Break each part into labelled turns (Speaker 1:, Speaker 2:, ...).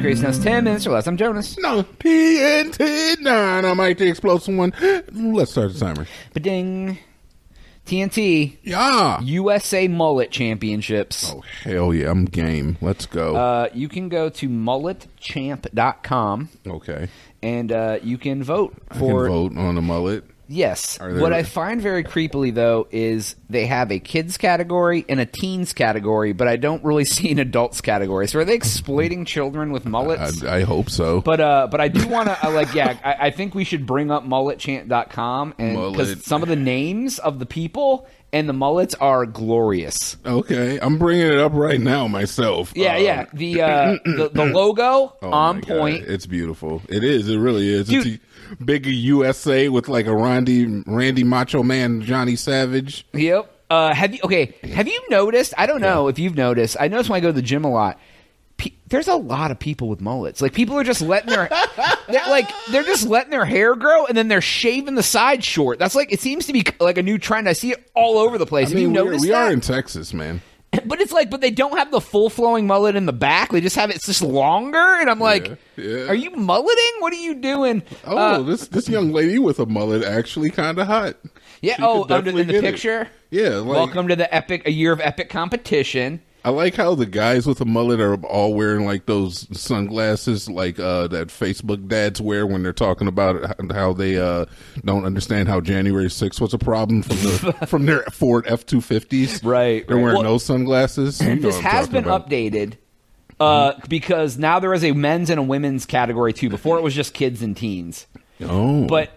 Speaker 1: Grace Knows 10 Minutes or Less. I'm Jonas.
Speaker 2: No, TNT 9 on Mike the Explosive One. Let's start the timer.
Speaker 1: Ba-ding. TNT
Speaker 2: Yeah.
Speaker 1: USA Mullet Championships.
Speaker 2: Oh, hell yeah. I'm game. Let's go.
Speaker 1: Uh, you can go to mulletchamp.com
Speaker 2: okay.
Speaker 1: and uh, you can vote
Speaker 2: I can
Speaker 1: for
Speaker 2: vote on the mullet.
Speaker 1: Yes.
Speaker 2: Are there-
Speaker 1: What I find very creepily though is they have a kids category and a teens category, but I don't really see an adults category. So are they exploiting children with
Speaker 2: I,
Speaker 1: mullets?
Speaker 2: I hope so.
Speaker 1: but uh, but I do want to uh, like yeah I, I think we should bring up mulletchant.com and
Speaker 2: Mullet.
Speaker 1: because some of the names of the people and the mullets are glorious.
Speaker 2: okay. I'm bringing it up right now myself.
Speaker 1: Yeah
Speaker 2: Um,
Speaker 1: yeah the uh, the, the logo
Speaker 2: oh
Speaker 1: on
Speaker 2: my God.
Speaker 1: point.
Speaker 2: It's beautiful. It is. It really is. It's
Speaker 1: Dude.
Speaker 2: a big USA with like a Randy, Randy Macho Man, Johnny Savage.
Speaker 1: Yep. Uh, have you okay? Have you noticed? I don't know if you've noticed. I notice when I go to the gym a lot. Pe- there's a lot of people with mullets. Like people are just letting their, they're, like they're just letting their hair grow and then they're shaving the side short. That's like it seems to be like a new trend. I see it all over the place.
Speaker 2: I
Speaker 1: have you
Speaker 2: mean, we're-
Speaker 1: noticed
Speaker 2: we are
Speaker 1: that?
Speaker 2: in Texas, man.
Speaker 1: but it's like, but they don't have the full flowing mullet in the back. They just have it's just longer. And I'm like,
Speaker 2: yeah.
Speaker 1: are you mulleting? What are you doing?
Speaker 2: Oh,
Speaker 1: Uh,
Speaker 2: this this young lady with a mullet actually kind of hot.
Speaker 1: yeah.
Speaker 2: She
Speaker 1: Oh,
Speaker 2: could
Speaker 1: under,
Speaker 2: definitely
Speaker 1: in the
Speaker 2: get it.
Speaker 1: picture.
Speaker 2: Yeah, like,
Speaker 1: Welcome to the epic, a year of epic competition.
Speaker 2: I like how the guys with the mullet are all wearing like those sunglasses, like uh, that Facebook dads wear when they're talking about it, how they uh, don't understand how January 6th was a problem from the from their Ford F two fifties.
Speaker 1: Right,
Speaker 2: they're
Speaker 1: right.
Speaker 2: wearing
Speaker 1: Well,
Speaker 2: no sunglasses. You know
Speaker 1: this
Speaker 2: what I'm
Speaker 1: has
Speaker 2: talking
Speaker 1: been
Speaker 2: about. Hmm?
Speaker 1: updated uh, because now there is a men's and a women's category too. Before it was just kids and teens.
Speaker 2: Oh,
Speaker 1: But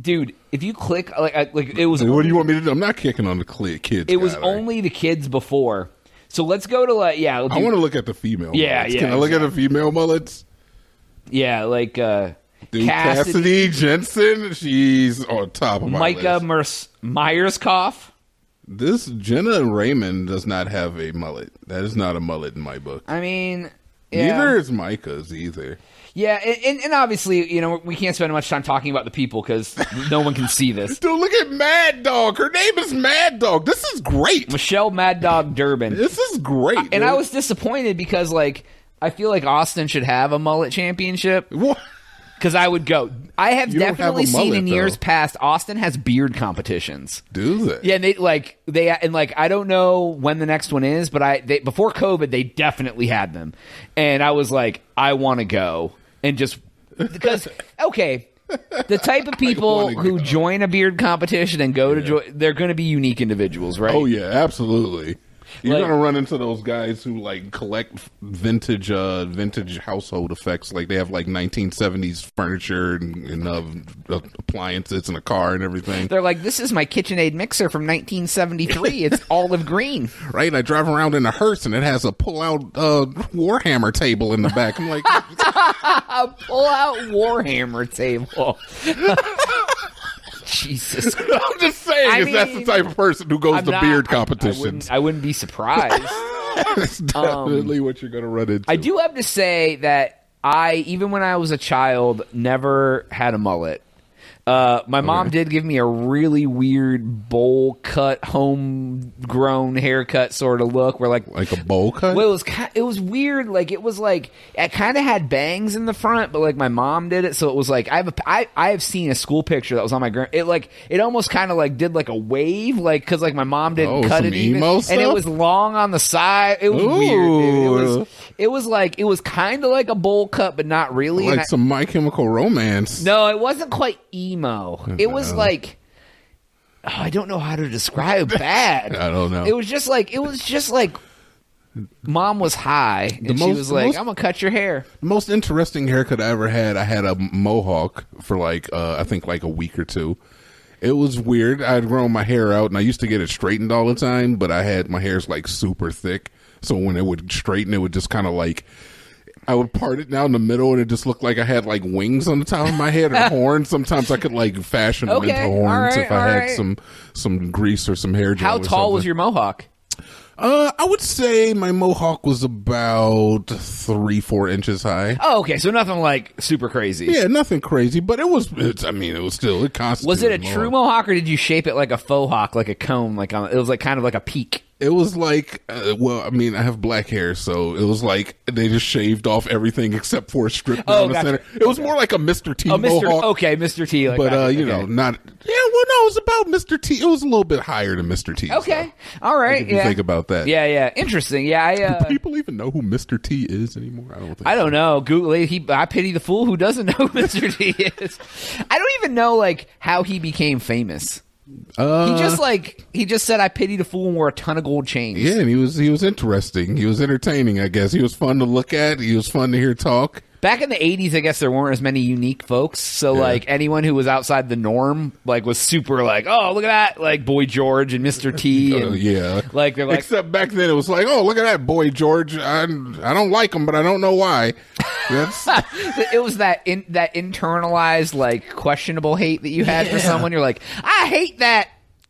Speaker 1: dude, if you click like I- like it was
Speaker 2: So what do you want me to do? I'm not kicking on the cli- kids.
Speaker 1: it was
Speaker 2: Tyler.
Speaker 1: only the kids before. So let's go to like yeah
Speaker 2: I want
Speaker 1: to
Speaker 2: to look at the female.
Speaker 1: Yeah,
Speaker 2: mullets.
Speaker 1: yeah,
Speaker 2: Can I look at the female mullets?
Speaker 1: yeah like uh,
Speaker 2: Dude, Cassidy.
Speaker 1: Cassidy,
Speaker 2: Jensen, she's on top of my
Speaker 1: Micah
Speaker 2: list.
Speaker 1: Mers- Myerscough.
Speaker 2: This Jenna Raymond does not have a mullet. That is not a mullet in my book.
Speaker 1: I mean.
Speaker 2: Neither
Speaker 1: Yeah.
Speaker 2: is Micah's either.
Speaker 1: yeah, and, and, and obviously, you know, we can't spend much time talking about the people because no one can see this.
Speaker 2: Dude, look at Mad Dog. Her name is Mad Dog. This is great.
Speaker 1: Michelle Mad Dog Durbin.
Speaker 2: This is great.
Speaker 1: and
Speaker 2: dude.
Speaker 1: I was disappointed because like I feel like Austin should have a mullet championship
Speaker 2: What?
Speaker 1: because I would go. I have
Speaker 2: You don't have
Speaker 1: definitely
Speaker 2: a
Speaker 1: seen
Speaker 2: mullet,
Speaker 1: in years
Speaker 2: though.
Speaker 1: past Austin has beard competitions.
Speaker 2: Do that.
Speaker 1: Yeah, and they like they and like I don't know when the next one is, but I they, before COVID they definitely had them, and I was like I want to go and just because okay. The type of people
Speaker 2: wanna
Speaker 1: who
Speaker 2: go.
Speaker 1: join a beard competition and go to join, they're going to be unique individuals, right?
Speaker 2: Oh yeah, absolutely. You're
Speaker 1: Like-
Speaker 2: gonna run into those guys who like collect vintage, uh, vintage household effects. Like they have like 1970s furniture and, and uh, appliances and a car and everything.
Speaker 1: They're like, this is my KitchenAid mixer from 1973. It's olive green.
Speaker 2: right? I drive around in a hearse and it has a pull-out uh, Warhammer table in the back. I'm like,
Speaker 1: A pull out Warhammer table. Jesus. Christ.
Speaker 2: I'm just saying,
Speaker 1: I
Speaker 2: 'cause that's the
Speaker 1: mean,
Speaker 2: type of person who goes
Speaker 1: I'm
Speaker 2: to
Speaker 1: not-
Speaker 2: beard
Speaker 1: I wouldn't,
Speaker 2: competitions.
Speaker 1: I wouldn't be surprised.
Speaker 2: That's definitely what you're going to run into.
Speaker 1: I do have to say that I, even when I was a child, never had a mullet. Uh, my mom did give me a really weird bowl cut, homegrown haircut sort of look, where like
Speaker 2: like a bowl cut.
Speaker 1: Well, it was ki- it was weird. Like it was like I kind of had bangs in the front, but like my mom did it, so it was like I have a, I I have seen a school picture that was on my grand. It like it almost kind of like did like a wave, like because like my mom didn't
Speaker 2: Oh,
Speaker 1: cut
Speaker 2: some
Speaker 1: it even,
Speaker 2: emo
Speaker 1: and it
Speaker 2: stuff?
Speaker 1: was long on the side. It was weird. Dude. It
Speaker 2: Ooh.
Speaker 1: was it was like it was kind of like a bowl cut, but not really. and
Speaker 2: like
Speaker 1: I-
Speaker 2: some My Chemical Romance.
Speaker 1: no, it wasn't quite emo. It was
Speaker 2: No.
Speaker 1: like oh, I don't know how to describe bad.
Speaker 2: I don't know.
Speaker 1: It was just like it was just like mom was high and she
Speaker 2: most-
Speaker 1: was
Speaker 2: the
Speaker 1: like,
Speaker 2: most-
Speaker 1: "I'm gonna cut your hair."
Speaker 2: The most interesting haircut I ever had, I had a mohawk for like, uh, I think like a week or two. It was weird. I'd grown my hair out and I used to get it straightened all the time, but I had my hair's like super thick. So when it would straighten, it would just kind of like, I would part it down the middle and it just looked like I had like wings on the top of my head or horns. Sometimes I could like fashion them
Speaker 1: Okay,
Speaker 2: into horns
Speaker 1: all right,
Speaker 2: if I
Speaker 1: all
Speaker 2: had
Speaker 1: right.
Speaker 2: some, some grease or some hair. gel
Speaker 1: How
Speaker 2: or
Speaker 1: tall was
Speaker 2: something.
Speaker 1: your mohawk?
Speaker 2: Uh, I would say my mohawk was about three, four inches high.
Speaker 1: Oh, okay, so nothing like super crazy.
Speaker 2: Yeah, nothing crazy, but it was. It's, I mean, it was still. It constituted.
Speaker 1: Was it a true
Speaker 2: more.
Speaker 1: mohawk or did you shape it like a faux hawk, like a comb, like on, it was like kind of like a peak?
Speaker 2: It was like, uh, well, I mean, I have black hair, so it was like they just shaved off everything except for a strip down
Speaker 1: Oh,
Speaker 2: the
Speaker 1: gotcha.
Speaker 2: center. It was more like a Mr. T
Speaker 1: Oh, Mr.
Speaker 2: mohawk,
Speaker 1: Okay, Mr. T. Like,
Speaker 2: but uh,
Speaker 1: gotcha,
Speaker 2: you know,
Speaker 1: okay.
Speaker 2: not. Yeah, well, no, it was about Mr. T. It was a little bit higher than Mr. T. so
Speaker 1: Okay, all right.
Speaker 2: if you
Speaker 1: yeah.
Speaker 2: think about that,
Speaker 1: yeah, yeah. Interesting. Yeah, I.
Speaker 2: Do
Speaker 1: Uh,
Speaker 2: people even know who Mr. T is anymore? I don't think.
Speaker 1: I don't know. Google he I pity the fool who doesn't know who Mr. T is. I don't even know like how he became famous.
Speaker 2: Uh,
Speaker 1: He just like he just said I pity the fool and wore a ton of gold chains.
Speaker 2: Yeah, and he was he was interesting. He was entertaining, I guess. He was fun to look at. He was fun to hear talk.
Speaker 1: Back in the 80s, I guess there weren't as many unique folks. So,
Speaker 2: Yeah.
Speaker 1: like, anyone who was outside the norm, like, was super, like, oh, look at that. Like, Boy George and Mr. T.
Speaker 2: Uh,
Speaker 1: And,
Speaker 2: yeah.
Speaker 1: Like, they're like,
Speaker 2: Except back then, it was like, oh, look at that boy George. I I don't like him, but I don't know why. That's
Speaker 1: it was that in, that internalized, like, questionable hate that you had for
Speaker 2: Yeah.
Speaker 1: someone. You're like, I hate that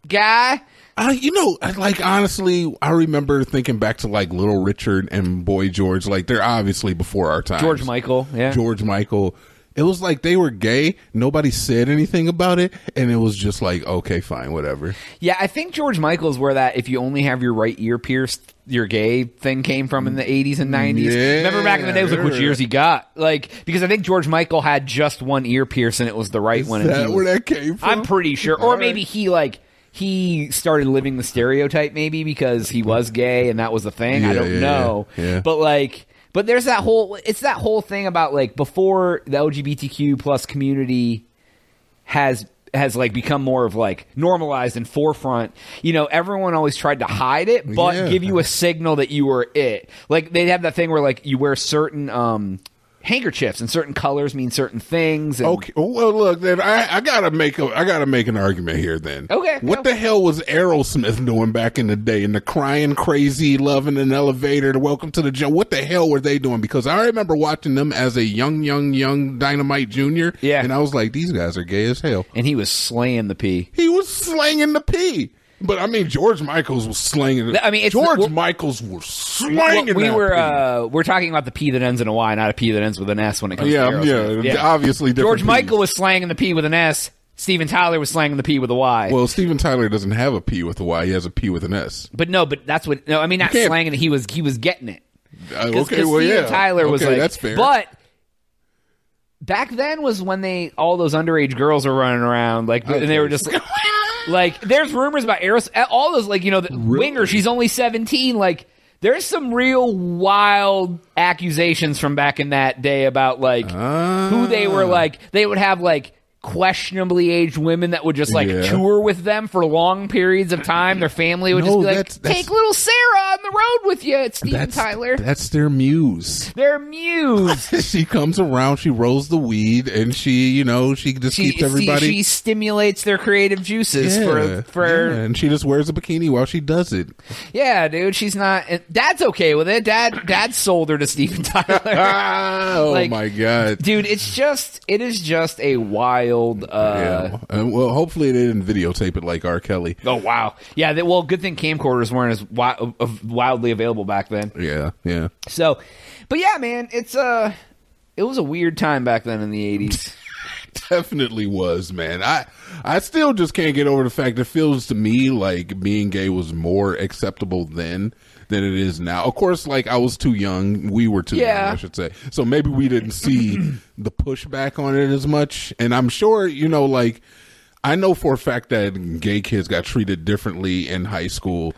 Speaker 1: guy.
Speaker 2: I, you know, I- like honestly, I remember thinking back to like Little Richard and Boy George. Like they're obviously before our time.
Speaker 1: George Michael. Yeah.
Speaker 2: George Michael. It was like they were gay. Nobody said anything about it, and it was just like, okay, fine, whatever.
Speaker 1: Yeah, I think George Michael's where that if you only have your right ear pierced, your gay thing came from in the 80s and 90s.
Speaker 2: Yeah.
Speaker 1: Remember back in the day, it was like, which ears he got? Like, because I think George Michael had just one ear pierce and it was the right one.
Speaker 2: Is
Speaker 1: and he
Speaker 2: that
Speaker 1: was-
Speaker 2: where that came from?
Speaker 1: I'm pretty sure.
Speaker 2: All
Speaker 1: Or
Speaker 2: right.
Speaker 1: maybe he, like, he started living the stereotype maybe because he was gay and that was the thing. I
Speaker 2: Yeah,
Speaker 1: don't
Speaker 2: yeah,
Speaker 1: know.
Speaker 2: yeah, yeah.
Speaker 1: But, like, but there's that whole, it's that whole thing about, like, before the LGBTQ plus community has has like become more of like normalized and forefront. You know, everyone always tried to hide it, but
Speaker 2: Yeah.
Speaker 1: give you a signal that you were it. Like they'd have that thing where like you wear certain um handkerchiefs and certain colors mean certain things. And,
Speaker 2: Okay. Oh, Well, look, then I, I gotta make a I gotta make an argument here. Then.
Speaker 1: Okay,
Speaker 2: What
Speaker 1: go.
Speaker 2: the hell was Aerosmith doing back in the day? And the crying crazy, loving an elevator, the welcome to the gym. What the hell were they doing? Because I remember watching them as a young, young, young Dynamite Junior.
Speaker 1: Yeah.
Speaker 2: And I was like, these guys are gay as hell.
Speaker 1: And he was slaying the pee.
Speaker 2: He was slanging the P. But I mean, George Michaels was slanging. the-
Speaker 1: I mean, it's-
Speaker 2: George
Speaker 1: well-
Speaker 2: Michaels was
Speaker 1: Well,
Speaker 2: slanging.
Speaker 1: we
Speaker 2: that
Speaker 1: were
Speaker 2: P.
Speaker 1: uh, we're talking about the P that ends in a Y, not a P that ends with an S when it comes to
Speaker 2: yeah, yeah,
Speaker 1: Aerosmith.
Speaker 2: Obviously, different
Speaker 1: George
Speaker 2: Ps.
Speaker 1: Michael was slanging the P with an S. Steven Tyler was slanging the P with a Y.
Speaker 2: Well, Steven Tyler doesn't have a P with a Y. He has a P with an S.
Speaker 1: but no, but that's what no, I mean not
Speaker 2: can't-
Speaker 1: slanging it. He was he was getting it.
Speaker 2: Uh,
Speaker 1: Cause,
Speaker 2: okay,
Speaker 1: 'cause
Speaker 2: well,
Speaker 1: Steven
Speaker 2: yeah.
Speaker 1: Tyler was
Speaker 2: okay,
Speaker 1: like,
Speaker 2: that's fair.
Speaker 1: But back then was when they all those underage girls were running around, like, and they were just like, like, there's rumors about Eros, all those like you know, the winger. She's only seventeen. Like, there's some real wild accusations from back in that day about like
Speaker 2: Ah,
Speaker 1: who they were. Like, they would have like. Questionably aged women that would just like
Speaker 2: Yeah.
Speaker 1: tour with them for long periods of time. Their family would
Speaker 2: No,
Speaker 1: just be like,
Speaker 2: that's- that's-
Speaker 1: "Take little Sarah on the road with you." It's Steven
Speaker 2: that's
Speaker 1: Tyler.
Speaker 2: That's their muse.
Speaker 1: They're muse.
Speaker 2: she comes around. She rolls the weed, and she, you know, she just
Speaker 1: She,
Speaker 2: keeps everybody.
Speaker 1: she, she stimulates their creative juices
Speaker 2: yeah,
Speaker 1: for for
Speaker 2: yeah,
Speaker 1: yeah.
Speaker 2: and she just wears a bikini while she does it.
Speaker 1: dude. She's not. and Dad's okay with it. Dad, dad sold her to Steven Tyler.
Speaker 2: Ah, oh
Speaker 1: Like,
Speaker 2: my god.
Speaker 1: dude, it's just it is just a wild. uh
Speaker 2: yeah. Uh, well, hopefully they didn't videotape it like R. Kelly.
Speaker 1: Oh wow, yeah. They, well, good thing camcorders weren't as wi- uh, wildly available back then.
Speaker 2: Yeah, yeah.
Speaker 1: So, but yeah, man, it's uh it was a weird time back then in the eighties.
Speaker 2: definitely was, man. I I still just can't get over the fact it feels to me like being gay was more acceptable then than it is now. Of course, like I was too young. We were too
Speaker 1: Yeah.
Speaker 2: young, I should say. So maybe we didn't see the pushback on it as much. And I'm sure, you know, like I know for a fact that gay kids got treated differently in high school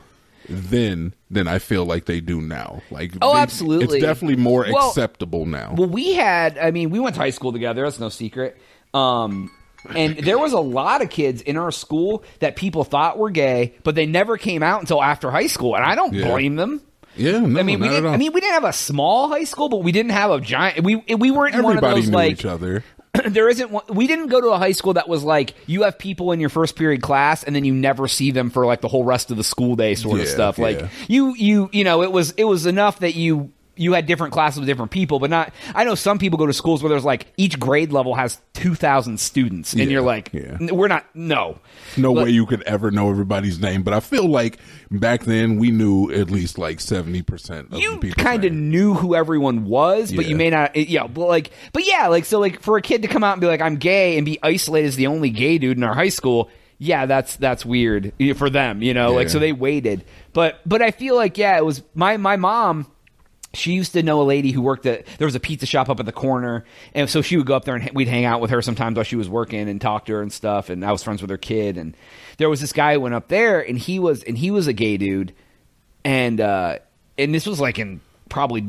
Speaker 2: then than I feel like they do now. Like
Speaker 1: Oh,
Speaker 2: they-
Speaker 1: absolutely.
Speaker 2: It's definitely more
Speaker 1: Well-
Speaker 2: acceptable now.
Speaker 1: Well, we had, I mean, we went to high school together. That's no secret. Um, and there was a lot of kids in our school that people thought were gay, but they never came out until after high school. And I don't
Speaker 2: Yeah.
Speaker 1: blame them.
Speaker 2: yeah, no,
Speaker 1: I mean, we
Speaker 2: not at
Speaker 1: didn't.
Speaker 2: all.
Speaker 1: I mean, we didn't have a small high school, but we didn't have a giant. We we weren't in one of
Speaker 2: everybody
Speaker 1: those
Speaker 2: knew
Speaker 1: like
Speaker 2: each other.
Speaker 1: there isn't one, we didn't go to a high school that was like you have people in your first period class and then you never see them for like the whole rest of the school day sort of
Speaker 2: Yeah,
Speaker 1: stuff like
Speaker 2: yeah.
Speaker 1: you you you know it was it was enough that you you had different classes with different people but not i know some people go to schools where there's like each grade level has 2000 students and
Speaker 2: Yeah,
Speaker 1: you're like
Speaker 2: yeah.
Speaker 1: "N- we're not no
Speaker 2: no
Speaker 1: But-
Speaker 2: way you could ever know everybody's name. But I feel like back then we knew at least like seventy percent of
Speaker 1: you
Speaker 2: the people.
Speaker 1: kind of knew who everyone was, but you
Speaker 2: Yeah.
Speaker 1: may not. it- Yeah, but like, but yeah, like so, like for a kid to come out and be like, "I'm gay" and be isolated as the only gay dude in our high school, yeah, that's that's weird you know, for them, you know. Like
Speaker 2: Yeah.
Speaker 1: so they waited. But but I feel like yeah, it was my my mom she used to know a lady who worked at there was a pizza shop up at the corner and so she would go up there and h- we'd hang out with her sometimes while she was working and talk to her and stuff and I was friends with her kid and there was this guy who went up there and he was and he was a gay dude and uh and this was like in probably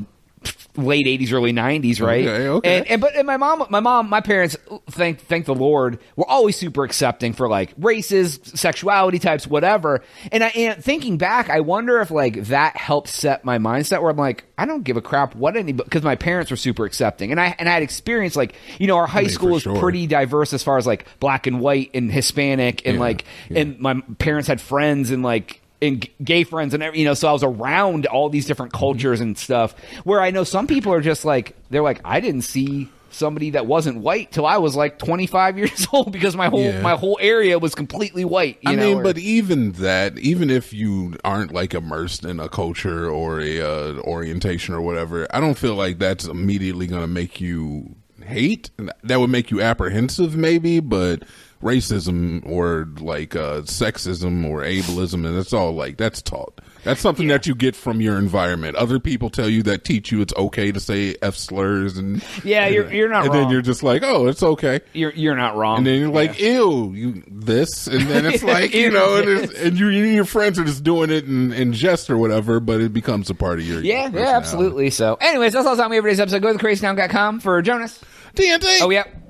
Speaker 1: late 80s early 90s right
Speaker 2: Okay, okay.
Speaker 1: And, and but and my mom my mom my parents thank thank the lord were always super accepting for like races sexuality types whatever and i and thinking back i wonder if like that helped set my mindset where i'm like i don't give a crap what any because my parents were super accepting and i and i had experience like you know our high
Speaker 2: mean,
Speaker 1: school
Speaker 2: for
Speaker 1: was
Speaker 2: sure.
Speaker 1: pretty diverse as far as like black and white and hispanic and
Speaker 2: Yeah,
Speaker 1: like
Speaker 2: yeah.
Speaker 1: and my parents had friends and like and g- gay friends and every, you know so i was around all these different
Speaker 2: Mm-hmm.
Speaker 1: cultures and stuff where i know some people are just like they're like i didn't see somebody that wasn't white till i was like 25 years old because my whole
Speaker 2: Yeah.
Speaker 1: my whole area was completely white you
Speaker 2: I
Speaker 1: know
Speaker 2: mean,
Speaker 1: or-
Speaker 2: but even that, even if you aren't like immersed in a culture or a uh, orientation or whatever, I don't feel like that's immediately going to make you hate. That would make you apprehensive, maybe, but racism or like uh, sexism or ableism, and that's all like that's taught. That's something that you get from your environment. Other people tell you that teach you it's okay to say f slurs and
Speaker 1: Yeah, you're- you're not
Speaker 2: And
Speaker 1: wrong.
Speaker 2: then you're just like, oh, it's okay.
Speaker 1: you're you're not wrong
Speaker 2: And then you're like, ew, you this, and then it's like, you know, and, it's, and you you and your friends are just doing it in, in jest or whatever, but it becomes a part of your
Speaker 1: yeah yeah
Speaker 2: personality.
Speaker 1: absolutely so anyways that's all the time we have for today's episode go to thecrazytown.com for jonas
Speaker 2: TNT.
Speaker 1: oh yeah